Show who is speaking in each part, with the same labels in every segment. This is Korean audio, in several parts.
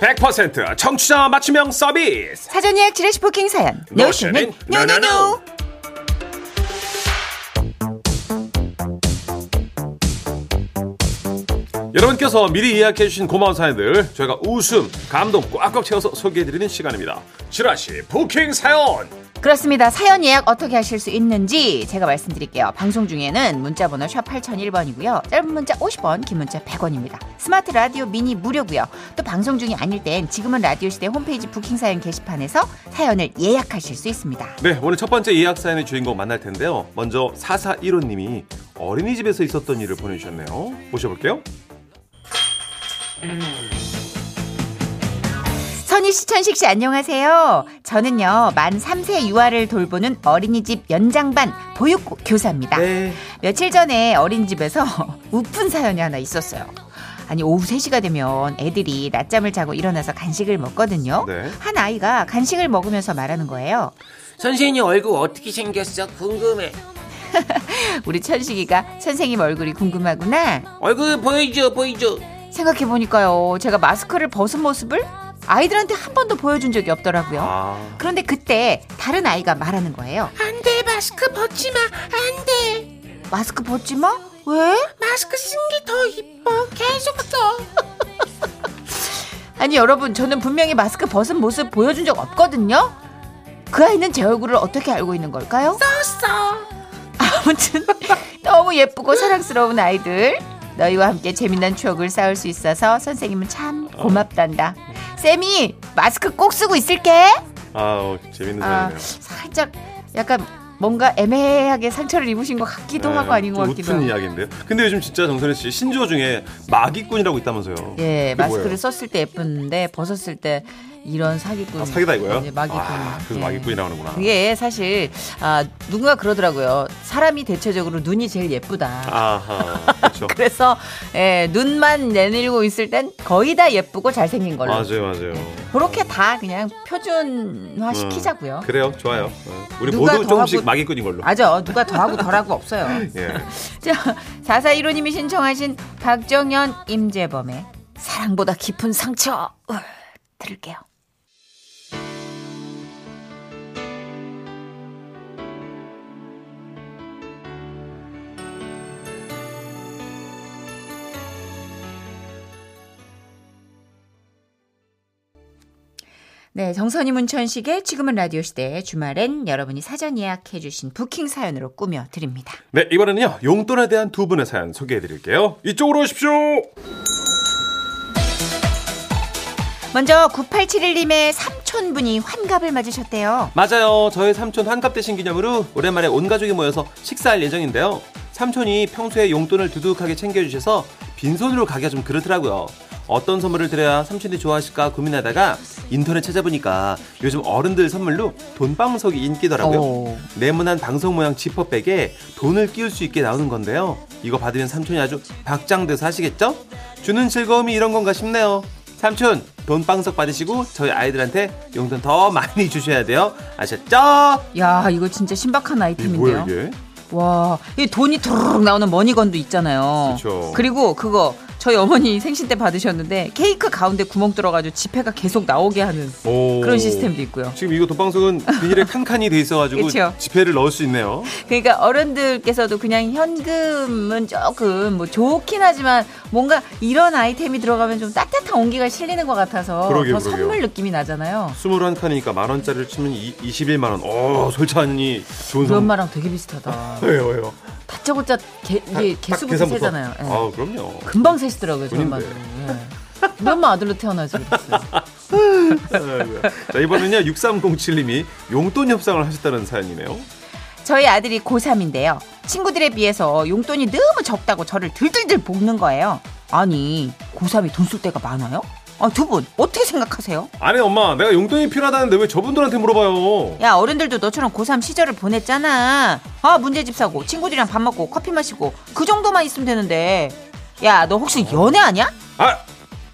Speaker 1: 100% 청취자 맞춤형 서비스
Speaker 2: 사전 예약 지레시 포킹 사연. 노션은 노노노.
Speaker 1: 여러분께서 미리 예약해 주신 고마운 사연들 저희가 웃음, 감동 꽉꽉 채워서 소개해 드리는 시간입니다. 지라시 부킹 사연.
Speaker 2: 그렇습니다. 사연 예약 어떻게 하실 수 있는지 제가 말씀드릴게요. 방송 중에는 문자 번호 샵 8001번이고요. 짧은 문자 50원, 긴 문자 100원입니다. 스마트 라디오 미니 무료고요. 또 방송 중이 아닐 땐 지금은 라디오 시대 홈페이지 부킹 사연 게시판에서 사연을 예약하실 수 있습니다.
Speaker 1: 네, 오늘 첫 번째 예약 사연의 주인공 만날 텐데요. 먼저 4415 님이 어린이집에서 있었던 일을 보내 주셨네요. 모셔 볼게요.
Speaker 2: 선희 씨, 천식 씨 안녕하세요. 저는요. 만 3세 유아를 돌보는 어린이집 연장반 보육 교사입니다.
Speaker 1: 네.
Speaker 2: 며칠 전에 어린이집에서 웃픈 사연이 하나 있었어요. 아니 오후 3시가 되면 애들이 낮잠을 자고 일어나서 간식을 먹거든요.
Speaker 1: 네.
Speaker 2: 한 아이가 간식을 먹으면서 말하는 거예요.
Speaker 3: 선생님 얼굴 어떻게 생겼어? 궁금해.
Speaker 2: 우리 천식이가 선생님 얼굴이 궁금하구나.
Speaker 3: 얼굴 보여줘, 보여줘.
Speaker 2: 생각해 보니까요. 제가 마스크를 벗은 모습을 아이들한테 한 번도 보여준 적이 없더라고요.
Speaker 1: 아.
Speaker 2: 그런데 그때 다른 아이가 말하는 거예요.
Speaker 3: 안 돼, 마스크 벗지 마. 안 돼.
Speaker 2: 마스크 벗지 마? 왜?
Speaker 3: 마스크 쓴 게 더 이뻐. 계속 써.
Speaker 2: 아니 여러분 저는 분명히 마스크 벗은 모습 보여준 적 없거든요. 그 아이는 제 얼굴을 어떻게 알고 있는 걸까요?
Speaker 3: 써.
Speaker 2: 아무튼 너무 예쁘고 사랑스러운 아이들 너희와 함께 재미난 추억을 쌓을 수 있어서 선생님은 참 고맙단다. 쌤이 마스크 꼭 쓰고 있을게.
Speaker 1: 아우, 재밌는
Speaker 2: 아
Speaker 1: 사연이네요.
Speaker 2: 살짝 약간 뭔가 애매하게 상처를 입으신 것 같기도 하고 아닌 것
Speaker 1: 네, 좀
Speaker 2: 같기도
Speaker 1: 웃픈
Speaker 2: 하고.
Speaker 1: 이야기인데요. 근데 요즘 진짜 정선혜 씨 신조어 중에 마기꾼이라고 있다면서요.
Speaker 2: 예
Speaker 1: 그게
Speaker 2: 마스크를
Speaker 1: 뭐예요?
Speaker 2: 썼을 때 예쁜데 벗었을 때 이런 사기꾼.
Speaker 1: 아, 사기다 이거요?
Speaker 2: 예, 마기꾼.
Speaker 1: 아, 그래서
Speaker 2: 예.
Speaker 1: 마기꾼이라고 하는구나.
Speaker 2: 그게 사실 아, 누군가 그러더라고요. 사람이 대체적으로 눈이 제일 예쁘다.
Speaker 1: 아하. 그렇죠.
Speaker 2: 그래서 예, 눈만 내밀고 있을 땐 거의 다 예쁘고 잘생긴 걸로.
Speaker 1: 맞아요, 맞아요.
Speaker 2: 그렇게 다 그냥 표준화 시키자고요. 네.
Speaker 1: 음, 그래요, 좋아요. 음. 우리
Speaker 2: 누가
Speaker 1: 모두
Speaker 2: 더
Speaker 1: 조금씩
Speaker 2: 하고-
Speaker 1: 마기꾼인 걸로.
Speaker 2: 맞아. 누가 더하고 덜하고 없어요.
Speaker 1: 예.
Speaker 2: 자, 4415님이 신청하신 박정현 임재범의 사랑보다 깊은 상처 으, 들을게요. 네, 정선이 문천식의 지금은 라디오 시대 주말엔 여러분이 사전 예약해 주신 부킹 사연으로 꾸며 드립니다.
Speaker 1: 네, 이번에는요 용돈에 대한 두 분의 사연 소개해드릴게요. 이쪽으로 오십시오.
Speaker 2: 먼저 9871님의 삼촌분이 환갑을 맞으셨대요.
Speaker 1: 맞아요. 저의 삼촌 환갑 되신 기념으로 오랜만에 온 가족이 모여서 식사할 예정인데요. 삼촌이 평소에 용돈을 두둑하게 챙겨주셔서 빈손으로 가기가 좀 그렇더라고요. 어떤 선물을 드려야 삼촌이 좋아하실까 고민하다가 인터넷 찾아보니까 요즘 어른들 선물로 돈방석이 인기더라고요.
Speaker 2: 오.
Speaker 1: 네모난 방석 모양 지퍼백에 돈을 끼울 수 있게 나오는 건데요. 이거 받으면 삼촌이 아주 박장돼서 하시겠죠? 주는 즐거움이 이런 건가 싶네요. 삼촌 돈방석 받으시고 저희 아이들한테 용돈 더 많이 주셔야 돼요. 아셨죠?
Speaker 2: 야, 이거 진짜 신박한 아이템인데요.
Speaker 1: 이게?
Speaker 2: 와, 이 돈이 도르륵 나오는 머니건도 있잖아요.
Speaker 1: 그쵸.
Speaker 2: 리고 그거 저희 어머니 생신 때 받으셨는데 케이크 가운데 구멍 뚫어가지고 지폐가 계속 나오게 하는
Speaker 1: 오.
Speaker 2: 그런 시스템도 있고요.
Speaker 1: 지금 이거 돈방석은 비닐에 칸칸이 돼 있어가지고
Speaker 2: 그쵸.
Speaker 1: 지폐를 넣을 수 있네요.
Speaker 2: 그러니까 어른들께서도 그냥 현금은 조금 뭐 좋긴 하지만 뭔가 이런 아이템이 들어가면 좀 따뜻한 온기가 실리는 것 같아서
Speaker 1: 그러게요,
Speaker 2: 더
Speaker 1: 그러게요.
Speaker 2: 선물 느낌이 나잖아요.
Speaker 1: 21칸이니까 만 원짜리를 치면 이, 21만 원. 오, 솔찬이 좋은
Speaker 2: 우리
Speaker 1: 선물.
Speaker 2: 엄마랑 되게 비슷하다.
Speaker 1: 왜요, 왜요?
Speaker 2: 다짜고짜 개, 이게
Speaker 1: 딱
Speaker 2: 개수부터
Speaker 1: 계산부터.
Speaker 2: 세잖아요. 예.
Speaker 1: 아, 그럼요.
Speaker 2: 금방 세시더라고요, 저희 엄마도.
Speaker 1: 본인데.
Speaker 2: 예. 우리 엄마 아들로 태어나서 그랬어요.
Speaker 1: 아이고야. 자 이번은요 6307님이 용돈 협상을 하셨다는 사연이네요.
Speaker 2: 저희 아들이 고3인데요. 친구들에 비해서 용돈이 너무 적다고 저를 들들들 볶는 거예요. 아니, 고3이 돈 쓸 때가 많아요? 아, 두 분, 어떻게 생각하세요?
Speaker 1: 아니 엄마 내가 용돈이 필요하다는데 왜 저분들한테 물어봐요?
Speaker 2: 야, 어른들도 너처럼 고3 시절을 보냈잖아. 아, 문제집 사고, 친구들이랑 밥 먹고, 커피 마시고, 그 정도만 있으면 되는데. 야, 너 혹시 연애하냐?
Speaker 1: 아,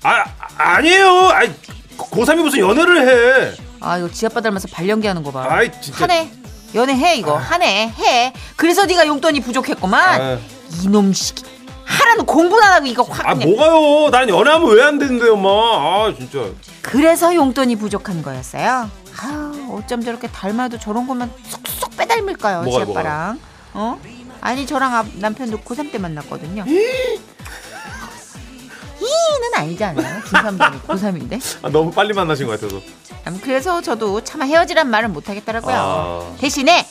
Speaker 1: 아 아니에요. 아이 고3이 무슨 연애를 해?
Speaker 2: 아, 이거 지아빠 닮아서 발연기 하는 거 봐.
Speaker 1: 아이 진짜.
Speaker 2: 하네 연애해 이거 하네 해 그래서 네가 용돈이 부족했구만
Speaker 1: 아.
Speaker 2: 이놈 시기 하라는 공부나 하고 이거 확
Speaker 1: 아
Speaker 2: 그냥.
Speaker 1: 뭐가요? 난 연애하면 왜 안 되는데 엄마? 아 진짜.
Speaker 2: 그래서 용돈이 부족한 거였어요. 아유, 어쩜 저렇게 닮아도 저런 것만 쏙쏙 빼닮을까요, 지
Speaker 1: 뭐가요,
Speaker 2: 아빠랑. 어? 아니, 저랑 앞- 남편도 고3 때 만났거든요. 이는 아니지 않아요? 김삼동이 고3인데.
Speaker 1: 아, 너무 빨리 만나신 것 같아서.
Speaker 2: 음, 그래서 저도 차마 헤어지란 말은 못 하겠더라고요.
Speaker 1: 아.
Speaker 2: 대신에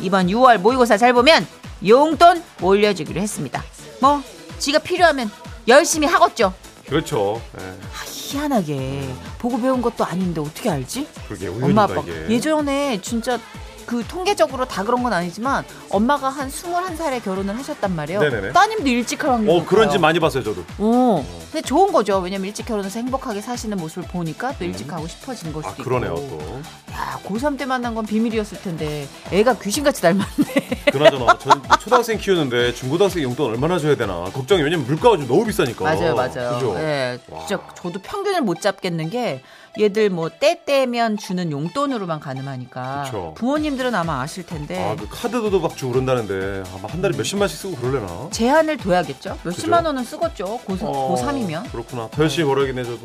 Speaker 2: 이번 6월 모의고사 잘 보면 용돈 올려주기로 했습니다. 뭐 지가 필요하면 열심히 하겠죠.
Speaker 1: 그렇죠. 예,
Speaker 2: 아, 희한하게 보고 배운 것도 아닌데 어떻게 알지?
Speaker 1: 그러게
Speaker 2: 엄마
Speaker 1: 우연인가
Speaker 2: 아빠
Speaker 1: 이게.
Speaker 2: 예전에 진짜 그 통계적으로 다 그런 건 아니지만 엄마가 한 21살에 결혼을 하셨단 말이에요.
Speaker 1: 네네네.
Speaker 2: 따님도 일찍 할 확률이
Speaker 1: 어 그런 집
Speaker 2: 높아요.
Speaker 1: 많이 봤어요 저도.
Speaker 2: 어. 근데 좋은 거죠. 왜냐면 일찍 결혼해서 행복하게 사시는 모습을 보니까 또 일찍 가고 싶어진 걸 수도
Speaker 1: 아 그러네요
Speaker 2: 있고.
Speaker 1: 또.
Speaker 2: 야, 고3 때 만난 건 비밀이었을 텐데 애가 귀신같이 닮았네.
Speaker 1: 그나저나 전 초등학생 키우는데 중고등학생 용돈 얼마나 줘야 되나 걱정이 왜냐면 물가가 좀 너무 비싸니까.
Speaker 2: 맞아요, 맞아요.
Speaker 1: 그죠?
Speaker 2: 예. 진짜
Speaker 1: 와.
Speaker 2: 저도 평균을 못 잡겠는 게 얘들 뭐 때 때면 주는 용돈으로만 가늠하니까
Speaker 1: 그쵸.
Speaker 2: 부모님들은 아마 아실 텐데
Speaker 1: 아그 카드도 도박 주고 그런다는데 아마 한 달에 몇십만씩 쓰고 그러려나.
Speaker 2: 제한을 둬야겠죠. 몇십만
Speaker 1: 그죠?
Speaker 2: 원은 쓰겠죠. 고3,
Speaker 1: 어,
Speaker 2: 고3이면.
Speaker 1: 그렇구나. 더 열심히 벌어야겠네 저도.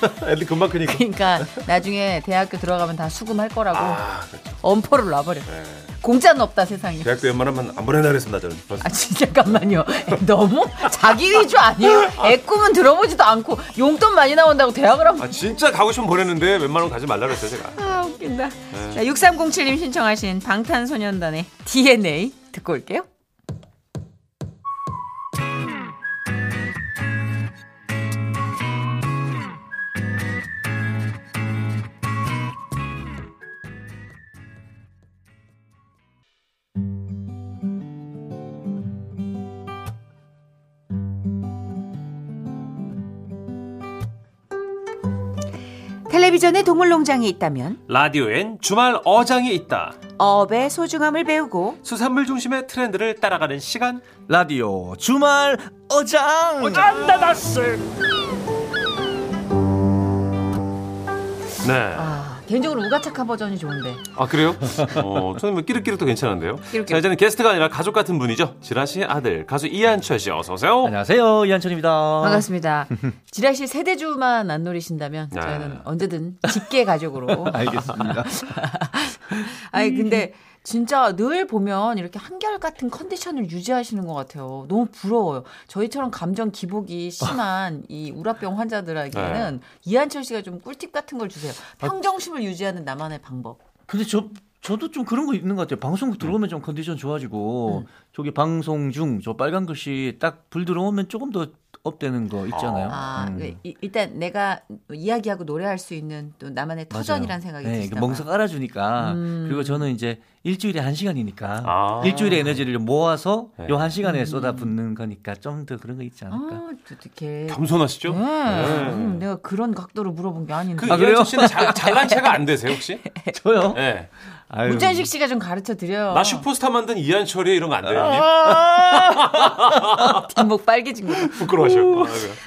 Speaker 1: 네. 애들 금방 크니까.
Speaker 2: 그러니까 나중에 대학교 들어가면 다 수금할 거라고
Speaker 1: 아 그렇죠.
Speaker 2: 엄포를 놔버려.
Speaker 1: 네.
Speaker 2: 공짜는 없다 세상에.
Speaker 1: 대학교 웬만하면 안 보내나 그랬습니다 저는. 벌써.
Speaker 2: 아 진짜 잠깐만요. 너무 자기 위주 아니에요? 애 꿈은 들어보지도 않고 용돈 많이 나온다고 대학을 하면
Speaker 1: 아 진짜 가고 싶으면 보냈는데 웬만하면 가지 말라 그랬어요 제가.
Speaker 2: 아 웃긴다. 자, 6307님 신청하신 방탄소년단의 DNA 듣고 올게요. 텔레비전에 동물농장이 있다면
Speaker 1: 라디오엔 주말 어장이 있다.
Speaker 2: 업의 소중함을 배우고
Speaker 1: 수산물 중심의 트렌드를 따라가는 시간.
Speaker 4: 라디오 주말 어장.
Speaker 1: 네.
Speaker 2: 아 개인적으로 우가착한 버전이 좋은데
Speaker 1: 아 그래요? 어, 저는 뭐 끼룩끼룩도 괜찮은데요.
Speaker 2: 끼룩끼룩.
Speaker 1: 자 이제는 게스트가 아니라 가족 같은 분이죠. 지라 씨의 아들 가수 이한철 씨 어서 오세요.
Speaker 2: 네.
Speaker 4: 안녕하세요 이한철입니다.
Speaker 2: 어. 반갑습니다. 지라 씨 세대주만 안 노리신다면
Speaker 4: 네.
Speaker 1: 아.
Speaker 2: 저희는 언제든 직계 가족으로.
Speaker 4: 알겠습니다.
Speaker 2: 아니 근데 진짜 늘 보면 이렇게 한결 같은 컨디션을 유지하시는 것 같아요. 너무 부러워요. 저희처럼 감정 기복이 심한 이 우라병
Speaker 4: 네.
Speaker 2: 환자들에게는 이한철 씨가 좀 꿀팁 같은 걸 주세요.
Speaker 4: 아.
Speaker 2: 평정심을 유지하는 나만의 방법.
Speaker 4: 근데 저 저도 좀 그런 거 있는 것 같아요. 방송국 들어오면 좀 컨디션
Speaker 2: 음.
Speaker 4: 좋아지고 저기 방송 중 저 빨간 글씨 딱 불 들어오면 조금 더 업되는 거 있잖아요.
Speaker 2: 아
Speaker 4: 음.
Speaker 2: 그 이- 일단 내가 이야기하고 노래할 수 있는 또 나만의 터전이라는 생각이 음.
Speaker 4: 네,
Speaker 2: 드시나
Speaker 4: 그 멍석
Speaker 2: 봐요.
Speaker 4: 깔아주니까 그리고 저는 이제 일주일에 한 시간이니까
Speaker 1: 아.
Speaker 4: 일주일에 에너지를 모아서
Speaker 1: 네.
Speaker 4: 요 한 시간에 쏟아붓는 거니까 좀 더 그런 거 있지 않을까.
Speaker 2: 아, 어떻게?
Speaker 1: 겸손하시죠?
Speaker 2: 음, 내가 그런 각도로 물어본 게 아닌데.
Speaker 1: 그
Speaker 4: 아, 그래요?
Speaker 1: 이한철 씨는 잘, 잘난 체가 안 되세요 혹시?
Speaker 4: 저요?
Speaker 1: 예.
Speaker 4: 아유.
Speaker 2: 네. 문전식 씨가 좀 가르쳐 드려요.
Speaker 1: 나 슈퍼스타 만든 이한철이 이런 거 안 돼요 형님?
Speaker 2: 아. 뒷목 빨개진 거.
Speaker 1: 부끄러워하셔. 아이고요.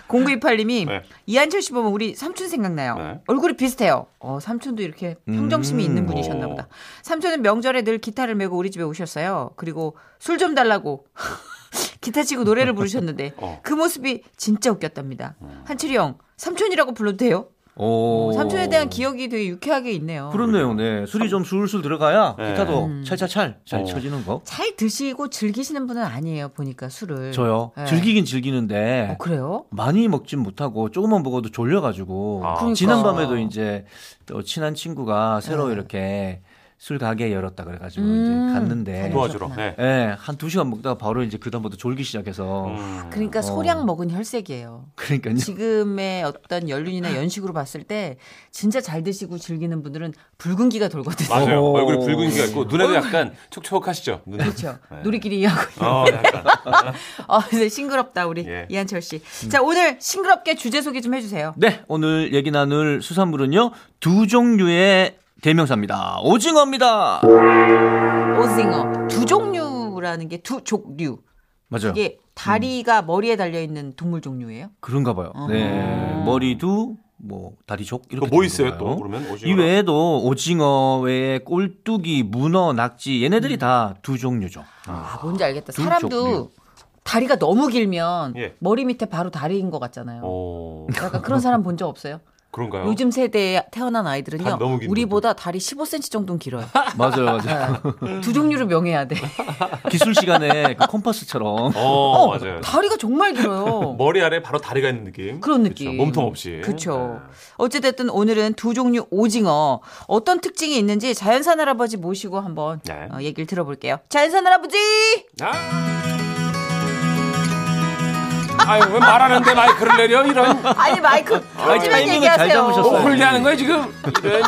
Speaker 2: 0928님이
Speaker 1: 네.
Speaker 2: 이한철 씨 보면 우리 삼촌 생각나요.
Speaker 1: 네.
Speaker 2: 얼굴이 비슷해요. 어, 삼촌도 이렇게 평정심이
Speaker 4: 음.
Speaker 2: 있는 분이셨나
Speaker 1: 오.
Speaker 2: 보다. 삼촌은 명절에 늘 기타를 메고 우리 집에 오셨어요. 그리고 술 좀 달라고 기타 치고 노래를 부르셨는데
Speaker 1: 어.
Speaker 2: 그 모습이 진짜 웃겼답니다. 한철이 형, 삼촌이라고 불러도 돼요?
Speaker 4: 오.
Speaker 2: 삼촌에 대한 기억이 되게 유쾌하게 있네요. 아, 음.
Speaker 4: 그렇네요. 네. 술이 좀 술술 들어가야
Speaker 1: 네.
Speaker 4: 기타도 찰찰찰 잘
Speaker 1: 어.
Speaker 4: 쳐지는 거.
Speaker 2: 잘 드시고 즐기시는 분은 아니에요. 보니까 술을.
Speaker 4: 저요.
Speaker 2: 네.
Speaker 4: 즐기긴 즐기는데
Speaker 2: 어, 그래요?
Speaker 4: 많이 먹진 못하고 조금만 먹어도 졸려가지고
Speaker 1: 아.
Speaker 2: 그러니까.
Speaker 4: 지난밤에도 이제 또 친한 친구가 새로
Speaker 2: 네.
Speaker 4: 이렇게 술 가게 열었다 그래가지고
Speaker 2: 음.
Speaker 4: 이제 갔는데
Speaker 1: 도와주러.
Speaker 2: 그러셨구나.
Speaker 1: 네.
Speaker 4: 예, 한 두 시간 먹다가 바로 이제 그다음부터 졸기 시작해서
Speaker 1: 음.
Speaker 2: 그러니까 소량 먹은 혈색이에요.
Speaker 4: 어. 그러니까요.
Speaker 2: 지금의 어떤 연륜이나 연식으로 봤을 때 진짜 잘 드시고 즐기는 분들은 붉은기가 돌거든요.
Speaker 1: 맞아요.
Speaker 4: 오.
Speaker 1: 얼굴에 붉은기가 있고 눈에도 약간 촉촉하시죠. 눈에.
Speaker 2: 그렇죠.
Speaker 1: 네.
Speaker 2: 놀이끼리 하고.
Speaker 1: 어, 약간.
Speaker 2: 어, 근데 싱그럽다 우리
Speaker 1: 예.
Speaker 2: 이한철 씨.
Speaker 4: 음.
Speaker 2: 자 오늘 싱그럽게 주제 소개 좀 해주세요.
Speaker 4: 네, 오늘 얘기 나눌 수산물은요 두 종류의 대명사입니다. 오징어입니다.
Speaker 2: 오징어 두 종류라는 게 두 종류.
Speaker 4: 맞아요.
Speaker 2: 이게 다리가 머리에 달려 있는 동물 종류예요.
Speaker 4: 그런가 봐요. 네, 머리도 뭐 다리 족 이렇게.
Speaker 1: 뭐
Speaker 4: 되는
Speaker 1: 있어요
Speaker 4: 건가요?
Speaker 1: 또 그러면 오징어.
Speaker 4: 이 외에도 오징어 외에 꼴뚜기, 문어, 낙지
Speaker 2: 음.
Speaker 4: 얘네들이 다 두 종류죠.
Speaker 2: 아 뭔지 알겠다.
Speaker 4: 두
Speaker 2: 사람도
Speaker 4: 종류.
Speaker 2: 다리가 너무 길면
Speaker 1: 네. 예. 어.
Speaker 2: 머리 밑에 바로 다리인 것 같잖아요.
Speaker 1: 오.
Speaker 2: 약간 그런 사람 본 적 없어요?
Speaker 1: 그런가요?
Speaker 2: 요즘 세대에 태어난 아이들은요.
Speaker 1: 다리 너무 긴
Speaker 2: 우리보다 다리 15cm 정도는 길어요.
Speaker 4: 맞아요, 맞아요.
Speaker 2: 두 종류를 명해야 돼. 네.
Speaker 4: 기술 시간에 그 컴퍼스처럼.
Speaker 1: 어, 맞아요.
Speaker 2: 다리가 정말 길어요.
Speaker 1: 머리 아래 바로 다리가 있는 느낌.
Speaker 2: 그런
Speaker 1: 그쵸,
Speaker 2: 느낌.
Speaker 1: 몸통 없이.
Speaker 2: 그쵸.
Speaker 1: 네.
Speaker 2: 어찌됐든 오늘은 두 종류 오징어 어떤 특징이 있는지 자연산 할아버지 모시고 한번
Speaker 1: 네.
Speaker 2: 어, 얘기를 들어볼게요. 자연산 할아버지!
Speaker 1: 아! 아유 왜 말하는데 마이크를 내려 이런
Speaker 2: 아니 마이크
Speaker 4: 아이,
Speaker 2: 하지만
Speaker 4: 타이밍을 잘
Speaker 2: 얘기하세요.
Speaker 4: 잡으셨어요.
Speaker 5: 뭐 홀리하는 거야 지금? 이런.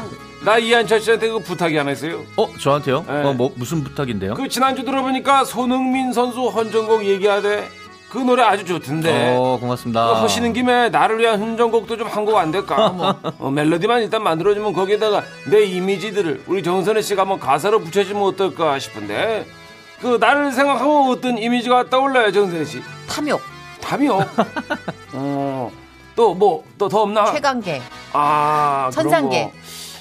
Speaker 5: 나 이한철 씨한테 그 부탁이 하나 있어요.
Speaker 4: 어, 저한테요?
Speaker 5: 네.
Speaker 4: 어, 뭐, 무슨 부탁인데요?
Speaker 5: 그 지난주 들어보니까 손흥민 선수 헌정곡 얘기하대. 그 노래 아주 좋던데.
Speaker 4: 어,
Speaker 5: 그
Speaker 4: 고맙습니다.
Speaker 5: 하시는 김에 나를 위한 헌정곡도 좀 한 곡 안 될까? 뭐 어, 멜로디만 일단 만들어주면 거기에다가 내 이미지들을 우리 정선혜 씨가 한번 가사로 붙여주면 어떨까 싶은데. 그 나를 생각하면 어떤 이미지가 떠올라요 정선혜 씨?
Speaker 2: 탐욕,
Speaker 5: 답이요. 어, 또뭐 또 더 없나?
Speaker 2: 최강계,
Speaker 5: 아 그런
Speaker 2: 천상계.
Speaker 5: 거.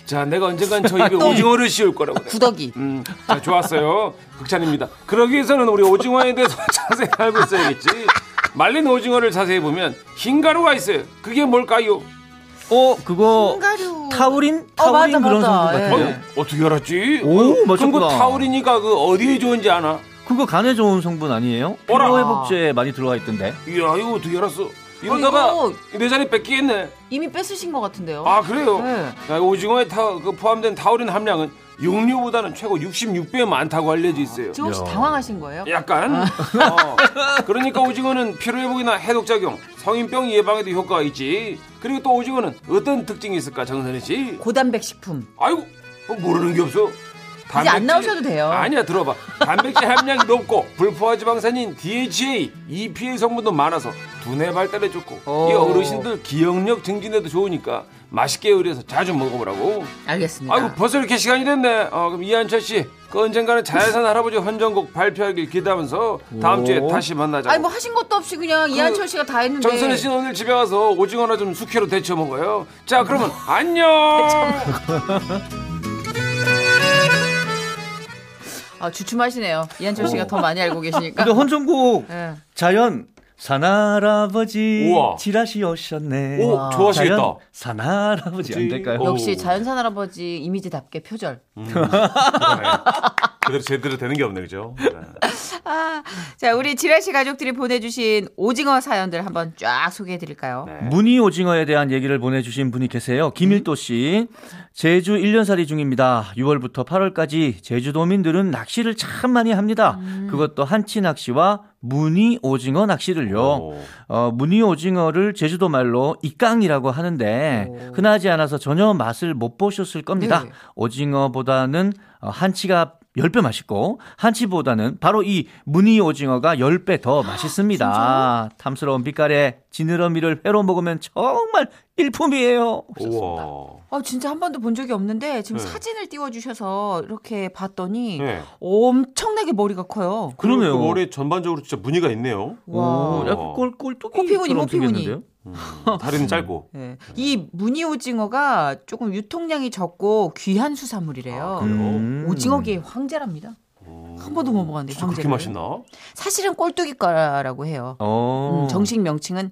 Speaker 5: 자 내가 언젠간 저 입에 오징어를 씌울 거라고. 그래.
Speaker 2: 구더기.
Speaker 5: 음, 자, 좋았어요. 극찬입니다. 그러기 위해서는 우리 오징어에 대해서 자세히 알고 있어야겠지. 말린 오징어를 자세히 보면 흰 가루가 있어요. 그게 뭘까요?
Speaker 4: 어, 그거.
Speaker 2: 가루.
Speaker 4: 타우린?
Speaker 2: 어,
Speaker 4: 타우린
Speaker 2: 맞아,
Speaker 4: 그런
Speaker 2: 맞아.
Speaker 4: 성분
Speaker 2: 예.
Speaker 4: 같아요.
Speaker 5: 어떻게 알았지?
Speaker 4: 네. 오,
Speaker 5: 그럼 그
Speaker 4: 맞췄구나.
Speaker 5: 타우리니까 그 어디에 좋은지 아나?
Speaker 4: 그거 간에 좋은 성분 아니에요?
Speaker 5: 어라.
Speaker 4: 피로 회복제에 많이 들어가 있던데.
Speaker 5: 이야, 이거 어떻게 알았어? 이러다가
Speaker 2: 어,
Speaker 5: 내 자리 뺏기겠네.
Speaker 2: 이미 뺏으신 것 같은데요.
Speaker 5: 아, 그래요?
Speaker 2: 네.
Speaker 5: 야, 이 오징어에 타, 그 포함된 타우린 함량은 육류보다는 최고 66배 많다고 알려져 있어요.
Speaker 2: 지금 혹시 당황하신 거예요?
Speaker 5: 약간. 어. 그러니까 오징어는 피로회복이나 해독작용, 성인병 예방에도 효과가 있지. 그리고 또 오징어는 어떤 특징이 있을까, 정선희 씨?
Speaker 2: 고단백 식품.
Speaker 5: 아이고, 어, 모르는 게 없어.
Speaker 2: 이제 안 나오셔도 돼요.
Speaker 5: 아니야, 들어봐. 단백질 함량이 높고 불포화 지방산인 DHA, EPA E 성분도 많아서 두뇌 발달에 좋고
Speaker 2: 오.
Speaker 5: 이 어르신들 기억력 증진에도 좋으니까 맛있게 요리해서 자주 먹어보라고.
Speaker 2: 알겠습니다.
Speaker 5: 아이고 벌써 이렇게 시간이 됐네. 어, 그럼 이한철 씨, 그 언젠가는 자연산 할아버지 헌정곡 발표하길 기대하면서 다음 주에 다시 만나자.
Speaker 2: 아니 뭐 하신 것도 없이 그냥 이한철 씨가 다 했는데.
Speaker 5: 정선혜 씨는 오늘 집에 가서 오징어나 좀 숙회로 데쳐 먹어요. 자, 그러면 안녕.
Speaker 2: 아 주춤하시네요. 이한철 씨가 더 많이 알고 계시니까.
Speaker 4: 근데 헌정곡
Speaker 2: 예.
Speaker 4: 자연 산할아버지
Speaker 5: 우와.
Speaker 4: 지라시 오셨네.
Speaker 1: 오,
Speaker 4: 자연
Speaker 1: 좋아하시겠다.
Speaker 4: 산할아버지 안 될까요?
Speaker 1: 어.
Speaker 2: 역시
Speaker 1: 오. 음.
Speaker 2: 자연산 할아버지 이미지답게 표절.
Speaker 1: 네. 그대로 제대로 되는 게 없네 그죠?
Speaker 2: 아, 자 우리 지라 씨 가족들이 보내주신 오징어 사연들 한번 쫙 소개해드릴까요?
Speaker 1: 네.
Speaker 4: 무늬 오징어에 대한 얘기를 보내주신 분이 계세요. 김일도 씨. 제주 1년살이 중입니다. 6월부터 8월까지 제주도민들은 낚시를 참 많이 합니다. 그것도 한치 낚시와 무늬 오징어 낚시를요. 어, 무늬 오징어를 제주도 말로 이깡이라고 하는데 흔하지 않아서 전혀 맛을 못 보셨을 겁니다.
Speaker 2: 네.
Speaker 4: 오징어보다는 어, 한치가 10배 맛있고 한치보다는 바로 이 무늬 오징어가 10배 더
Speaker 2: 아,
Speaker 4: 맛있습니다. 탐스러운 빛깔에 지느러미를 회로 먹으면 정말 일품이에요.
Speaker 1: 우와.
Speaker 2: 아 진짜 한 번도 본 적이 없는데 지금
Speaker 1: 네.
Speaker 2: 사진을 띄워주셔서 이렇게 봤더니
Speaker 1: 네.
Speaker 2: 엄청나게 머리가 커요.
Speaker 4: 그러네요.
Speaker 1: 그 머리에 전반적으로 진짜 무늬가 있네요.
Speaker 2: 와.
Speaker 4: 오, 약간 꼴, 꼴뚜기
Speaker 2: 호피무늬,
Speaker 4: 처럼
Speaker 2: 호피무늬.
Speaker 4: 생겼는데요?
Speaker 1: 음, 다리는 짧고.
Speaker 2: 네. 이 무늬 오징어가 조금 유통량이 적고 귀한
Speaker 1: 아,
Speaker 2: 수산물이래요.
Speaker 4: 음.
Speaker 2: 오징어계의 황제랍니다. 한 번도 못 먹었는데
Speaker 1: 진짜
Speaker 4: 아,
Speaker 1: 그렇게
Speaker 2: 황제를.
Speaker 1: 맛있나?
Speaker 2: 사실은 꼴뚜기과라고 해요.
Speaker 4: 어.
Speaker 2: 음, 정식 명칭은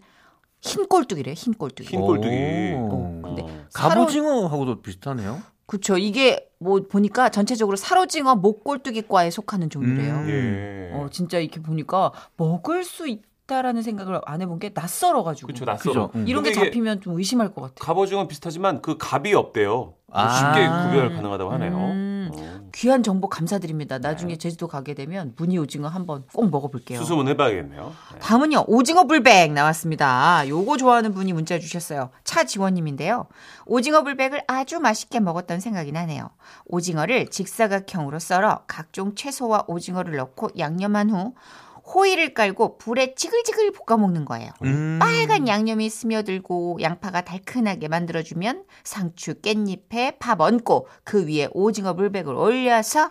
Speaker 2: 흰 꼴뚜기래요. 흰 꼴뚜기.
Speaker 1: 흰 꼴뚜기.
Speaker 4: 어.
Speaker 2: 근데
Speaker 1: 어.
Speaker 4: 갑오징어하고도 비슷하네요.
Speaker 2: 그렇죠. 이게 뭐 보니까 전체적으로 살오징어 목골뚜기과에 속하는 종류래요.
Speaker 4: 음.
Speaker 1: 예.
Speaker 2: 어 진짜 이렇게 보니까 먹을 수 있다라는 생각을 안 해본 게 낯설어가지고.
Speaker 1: 그쵸 낯설어.
Speaker 4: 그죠. 음.
Speaker 2: 이런 게
Speaker 1: 근데 이게
Speaker 2: 잡히면 좀 의심할 것 같아요.
Speaker 1: 갑오징어 비슷하지만 그 갑이 없대요.
Speaker 4: 아.
Speaker 1: 쉽게 구별 가능하다고 하네요.
Speaker 2: 음.
Speaker 1: 어.
Speaker 2: 귀한 정보 감사드립니다. 나중에 제주도 가게 되면 무늬 오징어 한번 꼭 먹어볼게요.
Speaker 1: 네. 수소문 해봐야겠네요. 네.
Speaker 2: 다음은요 오징어 불백 나왔습니다. 요거 좋아하는 분이 문자 주셨어요. 차지원님인데요. 오징어 불백을 아주 맛있게 먹었던 생각이 나네요. 오징어를 직사각형으로 썰어 각종 채소와 오징어를 넣고 양념한 후 호일을 깔고 불에 지글지글 볶아 먹는 거예요.
Speaker 4: 음.
Speaker 2: 빨간 양념이 스며들고 양파가 달큰하게 만들어주면 상추 깻잎에 밥 얹고 그 위에 오징어 불백을 올려서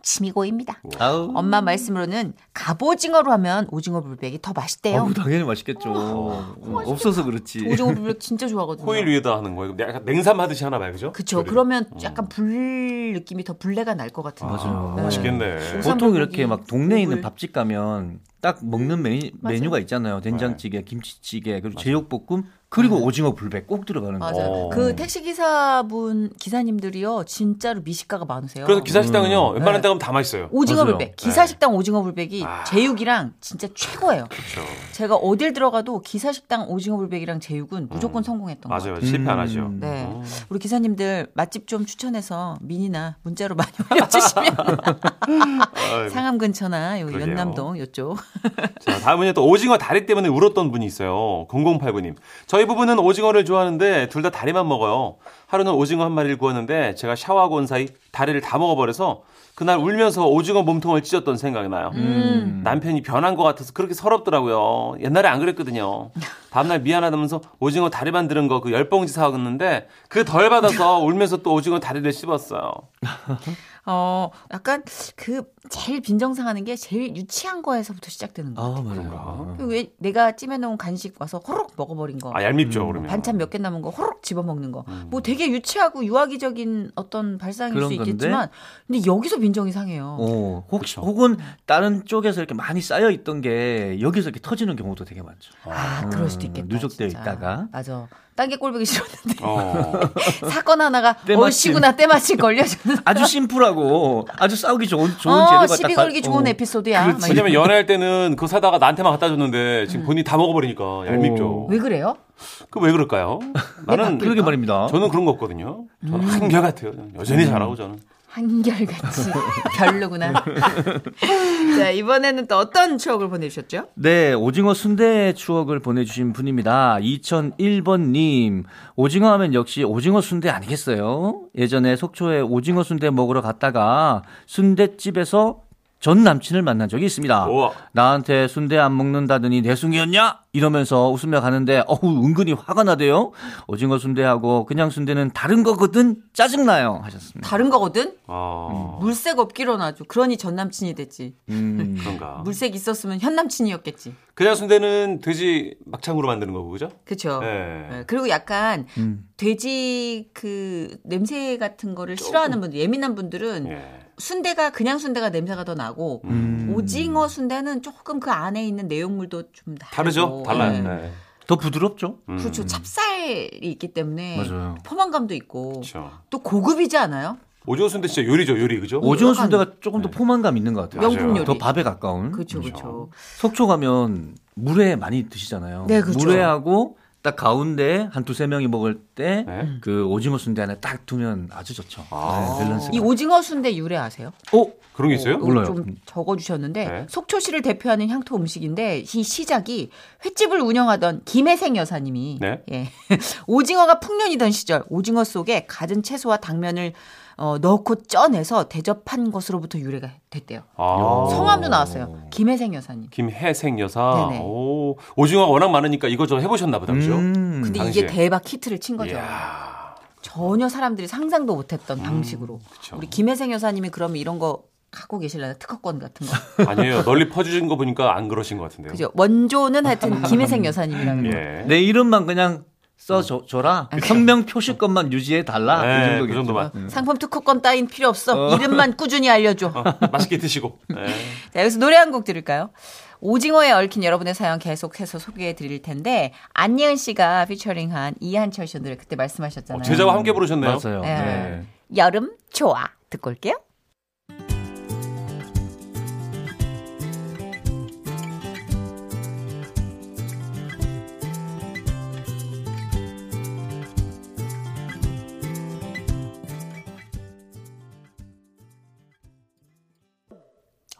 Speaker 2: 침이 고입니다.
Speaker 4: 아우.
Speaker 1: 음.
Speaker 2: 엄마 말씀으로는 갑오징어로 하면 오징어 불백이 더 맛있대요.
Speaker 4: 아우, 당연히 맛있겠죠. 어, 없어서 그렇지.
Speaker 2: 오징어 불백 진짜 좋아하거든요.
Speaker 1: 호일 위에다 어. 하는 거예요. 그럼 약간 냉삼 하듯이 하나 봐요, 그죠?
Speaker 2: 그쵸. 그러면 약간 불 느낌이 더 불레가 날 것 같은데.
Speaker 4: 맞아요.
Speaker 1: 어, 맛있겠네.
Speaker 2: 네.
Speaker 4: 보통
Speaker 2: 삼불고기,
Speaker 4: 이렇게 막 동네에 있는
Speaker 2: 국물.
Speaker 4: 밥집 가면 딱 먹는 메뉴, 메뉴가
Speaker 1: 네.
Speaker 4: 있잖아요. 된장찌개, 김치찌개, 그리고 제육볶음, 그리고 오징어 불백 꼭 들어가는 거.
Speaker 2: 맞아요.
Speaker 1: 어.
Speaker 2: 그 택시 기사분 기사님들이요 진짜로 미식가가 많으세요.
Speaker 1: 그래서 기사
Speaker 4: 음.
Speaker 1: 식당은요
Speaker 4: 네.
Speaker 1: 웬만한 데 가면 다 맛있어요. 네. 아.
Speaker 2: 오징어
Speaker 4: 맞아요.
Speaker 2: 불백 기사 식당 오징어 불백이 제육이랑 진짜 최고예요.
Speaker 1: 그렇죠.
Speaker 2: 제가 어딜 들어가도 기사 식당 오징어 불백이랑 제육은 무조건 성공했던 것
Speaker 1: 음.
Speaker 2: 같아요.
Speaker 1: 맞아요. 실패 안 하죠.
Speaker 4: 음.
Speaker 2: 네. 우리 기사님들 맛집 좀 추천해서 미니나 문자로 많이 올려주시면 상암 근처나 여기
Speaker 1: 네. 그러게요.
Speaker 2: 연남동 이쪽
Speaker 1: 자, 다음은요 또 오징어 다리 때문에 울었던 분이 있어요. 0089님. 저희 부부는 오징어를 좋아하는데 둘 다 다리만 먹어요. 하루는 오징어 한 마리를 구웠는데 제가 샤워하고 온 사이 다리를 다 먹어버려서 그날 울면서 오징어 몸통을 찢었던 생각이 나요. 남편이 변한 것 같아서 그렇게 서럽더라고요. 옛날에 안 그랬거든요. 다음날 미안하다면서 오징어 다리만 들은 거 그 열봉지 사왔는데 그 덜 받아서 울면서 또 오징어
Speaker 5: 네,
Speaker 1: 다리를 씹었어요.
Speaker 2: 어, 약간 그 제일 빈정상하는 게 제일 유치한 거에서부터 시작되는 거.
Speaker 4: 아, 맞아요.
Speaker 2: 왜 내가 찜해놓은 간식 와서 호록 먹어버린 거.
Speaker 1: 아 얄밉죠 그러면.
Speaker 2: 음. 반찬 몇 개 남은 거 호록 집어먹는 거.
Speaker 1: 음.
Speaker 2: 뭐 되게 유치하고 유아기적인 어떤 발상일
Speaker 4: 그런
Speaker 2: 수
Speaker 4: 건데?
Speaker 2: 있겠지만, 근데 여기서 빈정이 상해요.
Speaker 4: 어, 혹, 혹은 다른 쪽에서 이렇게 많이 쌓여 있던 게 여기서 이렇게 터지는 경우도 되게 많죠.
Speaker 2: 아,
Speaker 4: 음,
Speaker 2: 그럴 수도 있겠다.
Speaker 4: 누적되어
Speaker 2: 진짜.
Speaker 4: 있다가.
Speaker 2: 맞아. 딴 게 꼴보기 싫었는데.
Speaker 1: 어.
Speaker 2: 사건 하나가
Speaker 4: 때마침.
Speaker 2: 얼씨구나 때마침 걸려주는.
Speaker 4: 아주 심플하고 아주 싸우기 좋은 좋은
Speaker 2: 어,
Speaker 4: 재료가
Speaker 2: 시비
Speaker 4: 다-
Speaker 2: 걸기 좋은
Speaker 4: 어.
Speaker 2: 에피소드야. 막 이런-
Speaker 1: 왜냐면 연애할 때는 그거 사다가 나한테만 갖다 줬는데 지금 본인이 다 먹어버리니까 얄밉죠.
Speaker 2: 왜 그래요?
Speaker 1: 그 왜 그럴까요? 나는
Speaker 4: 아, 그러게 말입니다.
Speaker 1: 저는 그런 거 없거든요. 저는 한결같아요. 저는 여전히 잘하고 저는.
Speaker 2: 한결같이 별로구나.
Speaker 6: 자, 이번에는 또 어떤 추억을 보내주셨죠?
Speaker 4: 네, 오징어 순대 추억을 보내주신 분입니다. 2001번님, 오징어 하면 역시 오징어 순대 아니겠어요? 예전에 속초에 오징어 순대 먹으러 갔다가 순대집에서 전 남친을 만난 적이 있습니다.
Speaker 1: 우와.
Speaker 4: 나한테 순대 안 먹는다더니 내숭이었냐? 이러면서 웃으며 가는데, 어우, 은근히 화가 나대요? 오징어 순대하고 그냥 순대는 다른 거거든? 짜증나요. 하셨습니다.
Speaker 2: 다른 거거든?
Speaker 1: 아
Speaker 2: 물색 없기로는 아주. 그러니 전 남친이 됐지.
Speaker 4: 음.
Speaker 1: 그런가.
Speaker 2: 물색 있었으면 현 남친이었겠지.
Speaker 1: 그냥 순대는 돼지 막창으로 만드는 거고 그죠?
Speaker 2: 그쵸.
Speaker 1: 네.
Speaker 2: 네, 그리고 약간
Speaker 4: 음.
Speaker 2: 돼지 그 냄새 같은 거를 싫어하는 분들, 예민한 분들은
Speaker 1: 예.
Speaker 2: 순대가 그냥 순대가 냄새가 더 나고
Speaker 4: 음.
Speaker 2: 오징어 순대는 조금 그 안에 있는 내용물도 좀 다르고.
Speaker 1: 다르죠? 달라요.
Speaker 2: 네.
Speaker 1: 네.
Speaker 4: 더 부드럽죠?
Speaker 1: 음.
Speaker 2: 그렇죠. 찹쌀이 있기 때문에
Speaker 4: 맞아요.
Speaker 2: 포만감도 있고
Speaker 1: 그렇죠.
Speaker 2: 또 고급이지 않아요?
Speaker 1: 오징어 순대 진짜 요리죠 요리 그죠?
Speaker 4: 오징어
Speaker 2: 약간-
Speaker 4: 순대가 조금 더 포만감 있는 것 같아요.
Speaker 2: 명품 요리.
Speaker 4: 더 밥에 가까운.
Speaker 2: 그렇죠, 그렇죠.
Speaker 4: 속초 가면 물회 많이 드시잖아요.
Speaker 2: 네, 그렇죠.
Speaker 4: 물회하고 딱 가운데 한 두세 명이 먹을 때 그
Speaker 1: 네.
Speaker 4: 오징어 순대 하나 딱 두면 아주 좋죠.
Speaker 1: 아.
Speaker 4: 네, 밸런스가.
Speaker 2: 이 오징어 순대 유래 아세요?
Speaker 4: 어?
Speaker 1: 그런 게 있어요?
Speaker 4: 몰라요.
Speaker 2: 좀 적어주셨는데
Speaker 1: 네.
Speaker 2: 속초시를 대표하는 향토 음식인데 이 시작이 횟집을 운영하던 김혜생 여사님이
Speaker 1: 네.
Speaker 2: 예. 오징어가 풍년이던 시절 오징어 속에 가진 채소와 당면을 어, 넣고 쪄내서 대접한 것으로부터 유래가 됐대요.
Speaker 1: 아.
Speaker 2: 성함도 나왔어요. 김혜생 여사님.
Speaker 1: 김혜생 여사.
Speaker 2: 네네.
Speaker 1: 오 오징어가 워낙 많으니까 이것저것 해보셨나 보다 그죠?
Speaker 4: 음.
Speaker 2: 근데
Speaker 1: 당시에.
Speaker 2: 이게 대박 히트를 친 거죠.
Speaker 1: 이야. 음,
Speaker 2: 전혀 사람들이 상상도 못했던 방식으로.
Speaker 1: 그쵸.
Speaker 2: 우리 김혜생 여사님이 그러면 이런 거 갖고 계실라나 특허권 같은 거.
Speaker 1: 아니에요. 널리 퍼주신 거 보니까 안 그러신 것 같은데요.
Speaker 2: 그죠. 원조는
Speaker 1: 음.
Speaker 2: 하여튼 김혜생 여사님이라는 거.
Speaker 1: 예.
Speaker 4: 내 이름만 그냥
Speaker 2: 아,
Speaker 4: 써줘라.
Speaker 2: 그렇죠.
Speaker 4: 성명 표시권만 유지해 달라.
Speaker 1: 네,
Speaker 4: 그,
Speaker 1: 그
Speaker 4: 정도겠죠.
Speaker 1: 정도만.
Speaker 2: 상품 특허권 따윈 필요 없어. 이름만 꾸준히 알려줘.
Speaker 1: 어. 맛있게 드시고. 네.
Speaker 2: 자, 여기서 노래 한 곡 들을까요? 오징어에 얽힌 여러분의 사연 계속해서 소개해 드릴 텐데 안예은 씨가 피처링한 이한철 씨 노래 그때 말씀하셨잖아요.
Speaker 1: 어, 제자와 함께 부르셨네요.
Speaker 4: 맞아요.
Speaker 2: 네.
Speaker 4: 네.
Speaker 2: 여름 좋아 듣고 올게요.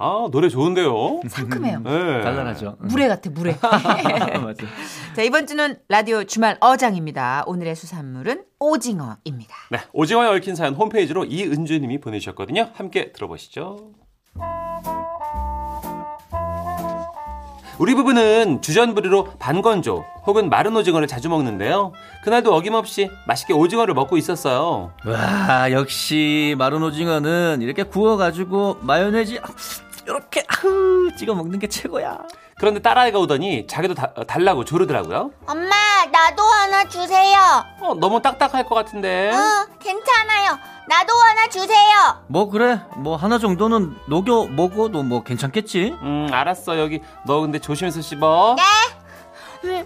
Speaker 1: 아 노래 좋은데요.
Speaker 2: 상큼해요.
Speaker 1: 네.
Speaker 4: 간단하죠. 음.
Speaker 2: 물회 같아 물회.
Speaker 4: 맞아.
Speaker 2: 자 이번 주는 라디오 주말 어장입니다. 오늘의 수산물은 오징어입니다.
Speaker 1: 네, 오징어에 얽힌 사연 홈페이지로 이은주님이 보내주셨거든요. 함께 들어보시죠. 우리 부부는 주전부리로 반건조 혹은 마른 오징어를 자주 먹는데요. 그날도 어김없이 맛있게 오징어를 먹고 있었어요.
Speaker 4: 와 역시 마른 오징어는 이렇게 구워가지고 마요네즈 아, 이렇게 아우 찍어 먹는 게 최고야.
Speaker 1: 그런데 딸아이가 오더니 자기도 다- 어, 달라고 조르더라고요.
Speaker 7: 엄마, 나도 하나 주세요.
Speaker 1: 어, 너무 딱딱할 것 같은데.
Speaker 7: 어, 괜찮아요. 나도 하나 주세요.
Speaker 4: 뭐 그래 뭐 하나 정도는 녹여 먹어도 뭐 괜찮겠지
Speaker 8: 음, 알았어. 여기 너 근데 조심해서 씹어.
Speaker 2: 네.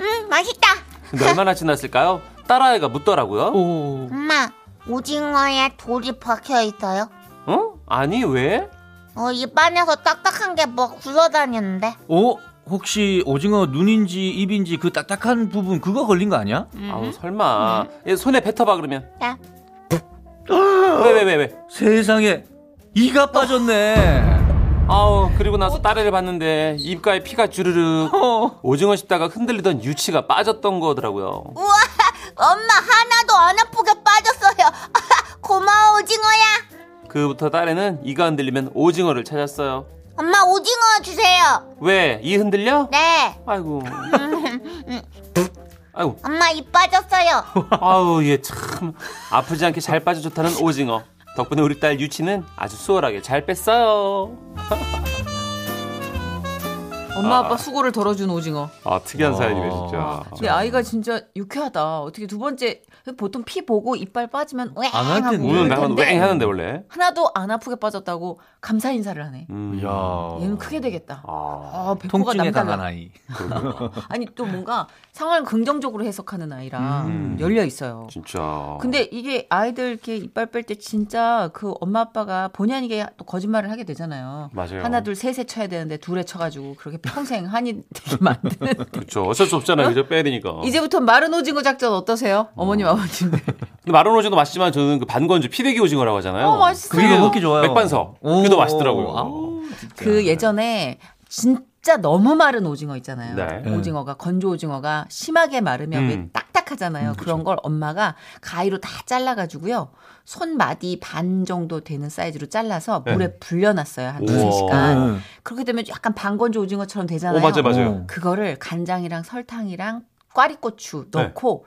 Speaker 7: 음, 맛있다.
Speaker 8: 근데 얼마나 지났을까요? 딸아이가 묻더라고요.
Speaker 4: 오
Speaker 7: 엄마, 오징어에 돌이 박혀 있어요?
Speaker 8: 어? 아니, 왜?
Speaker 7: 어, 입안에서 딱딱한 게 뭐 굴러다니는데.
Speaker 4: 어? 혹시 오징어 눈인지 입인지 그 딱딱한 부분 그거 걸린 거 아니야?
Speaker 2: 음.
Speaker 8: 아우, 설마. 얘 손에 뱉어봐, 그러면.
Speaker 7: 야.
Speaker 8: 왜, 왜, 왜, 왜?
Speaker 4: 세상에 이가 빠졌네.
Speaker 8: 아우, 그리고 나서 딸애를 봤는데 입가에 피가 주르륵.
Speaker 4: 어.
Speaker 8: 오징어 씹다가 흔들리던 유치가 빠졌던 거더라고요.
Speaker 7: 우와, 엄마 하나도 안 아프게 빠졌어요. 고마워, 오징어야.
Speaker 8: 그부터 딸애는 이가 흔들리면 오징어를 찾았어요.
Speaker 7: 엄마, 오징어 주세요.
Speaker 8: 왜? 이 흔들려?
Speaker 7: 네.
Speaker 8: 아이고. 아이고.
Speaker 7: 엄마, 입 빠졌어요.
Speaker 8: 아우 얘 참 아프지 않게 잘 빠져 좋다는 오징어 덕분에 우리 딸 유치는 아주 수월하게 잘 뺐어요
Speaker 2: 엄마
Speaker 8: 아.
Speaker 2: 아빠 수고를 덜어준 오징어.
Speaker 8: 아 특이한 사연이네
Speaker 2: 아,
Speaker 8: 진짜
Speaker 2: 근데 아이가 진짜 유쾌하다. 어떻게 두 번째 보통 피 보고 이빨 빠지면 왱
Speaker 4: 안할
Speaker 2: 하고
Speaker 1: 네.
Speaker 4: 텐데.
Speaker 8: 우는 나만
Speaker 2: 텐데
Speaker 8: 웽 하는데 원래
Speaker 2: 하나도 안 아프게 빠졌다고 감사 인사를 하네.
Speaker 8: 음.
Speaker 2: 얘는 크게 되겠다.
Speaker 8: 아,
Speaker 2: 아, 배포가
Speaker 4: 통증에
Speaker 2: 남달라.
Speaker 4: 강한 아이.
Speaker 2: 아니 또 뭔가 상황을 긍정적으로 해석하는 아이라
Speaker 8: 음.
Speaker 2: 열려 있어요.
Speaker 8: 진짜
Speaker 2: 근데 이게 아이들 이렇게 이빨 뺄 때 진짜 그 엄마 아빠가 본의 아니게 또 거짓말을 하게 되잖아요.
Speaker 8: 맞아요.
Speaker 2: 하나 둘 셋에 쳐야 되는데 둘에 쳐가지고 그렇게 평생 한이 되게 만드는.
Speaker 8: 그렇죠 어쩔 수 없잖아요 그죠 빼야 되니까
Speaker 2: 이제부터 마른 오징어 작전 어떠세요? 어머님 아버님.
Speaker 8: 근데 마른 오징어도 맛있지만 저는 그 반건조 피대기 오징어라고 하잖아요
Speaker 2: 어, 맛있어요.
Speaker 4: 그게 더 먹기 좋아요.
Speaker 8: 맥반석
Speaker 4: 오.
Speaker 8: 그게 더 맛있더라고요
Speaker 4: 아우,
Speaker 2: 그 예전에 진짜 너무 마른 오징어 있잖아요. 그
Speaker 8: 네.
Speaker 2: 오징어가 건조 오징어가 심하게 마르면
Speaker 8: 음.
Speaker 2: 왜 딱딱하잖아요. 그런 걸 엄마가 가위로 다 잘라가지고요. 손마디 반 정도 되는 사이즈로 잘라서 물에 불려놨어요. 한 두세
Speaker 8: 우와.
Speaker 2: 시간.
Speaker 4: 네.
Speaker 2: 그렇게 되면 약간 반건조 오징어처럼
Speaker 8: 오
Speaker 2: 되잖아요.
Speaker 8: 맞아요 맞아요
Speaker 4: 어.
Speaker 2: 그거를 간장이랑 설탕이랑 꽈리고추 넣고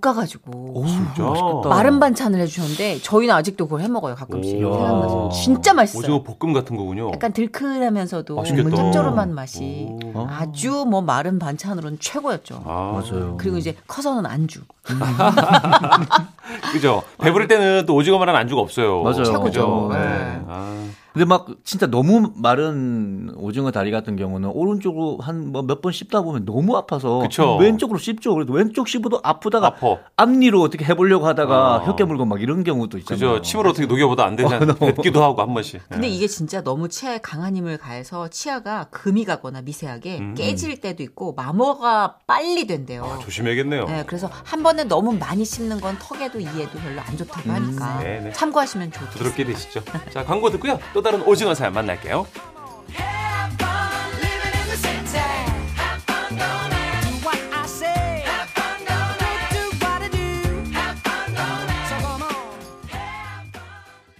Speaker 2: 볶아가지고
Speaker 4: 오,
Speaker 8: 네. 진짜?
Speaker 4: 맛있겠다.
Speaker 2: 마른 반찬을 해주셨는데 저희는 아직도 그걸 해먹어요 가끔씩.
Speaker 8: 오.
Speaker 2: 생각나서. 진짜 맛있어요.
Speaker 8: 오징어 볶음 같은 거군요
Speaker 2: 약간 들큰하면서도
Speaker 8: 맛있겠다.
Speaker 2: 짭조름한 맛이
Speaker 8: 오.
Speaker 4: 어.
Speaker 2: 아주 뭐 마른 반찬으로는 최고였죠.
Speaker 8: 아,
Speaker 4: 맞아요.
Speaker 2: 그리고 이제 커서는 안주.
Speaker 8: 그죠 배부를 때는 또 오징어만한 안주가 없어요
Speaker 4: 맞아요.
Speaker 8: 그죠?
Speaker 2: 최고죠.
Speaker 8: 네.
Speaker 2: 네.
Speaker 8: 아.
Speaker 4: 근데 막 진짜 너무 마른 오징어 다리 같은 경우는 오른쪽으로 한뭐 몇 번 씹다 보면 너무 아파서
Speaker 8: 그쵸.
Speaker 4: 왼쪽으로 씹죠. 그래도 왼쪽 씹어도 아프다가
Speaker 8: 아파.
Speaker 4: 앞니로 어떻게 해보려고 하다가
Speaker 8: 어.
Speaker 4: 혀깨 물고 막 이런 경우도 있잖아요.
Speaker 8: 그죠. 침을 어떻게 녹여보다 안 되냐.
Speaker 1: 어, 그
Speaker 8: 뱉기도 하고 한 번씩.
Speaker 2: 근데
Speaker 1: 네.
Speaker 8: 예.
Speaker 2: 이게 진짜 너무 치아에 강한 힘을 가해서 치아가 금이 가거나 미세하게
Speaker 8: 음.
Speaker 2: 깨질 때도 있고 마모가 빨리 된대요.
Speaker 8: 조심해야겠네요.
Speaker 2: 네, 그래서 한 번에 너무 많이 씹는 건 턱에도 이에도 별로 안 좋다고 하니까
Speaker 8: 네, 네.
Speaker 2: 참고하시면 좋겠습니다.
Speaker 8: 부드럽게 드시죠. 자, 광고 듣고요. 또 다른 오징어 사연 만날게요.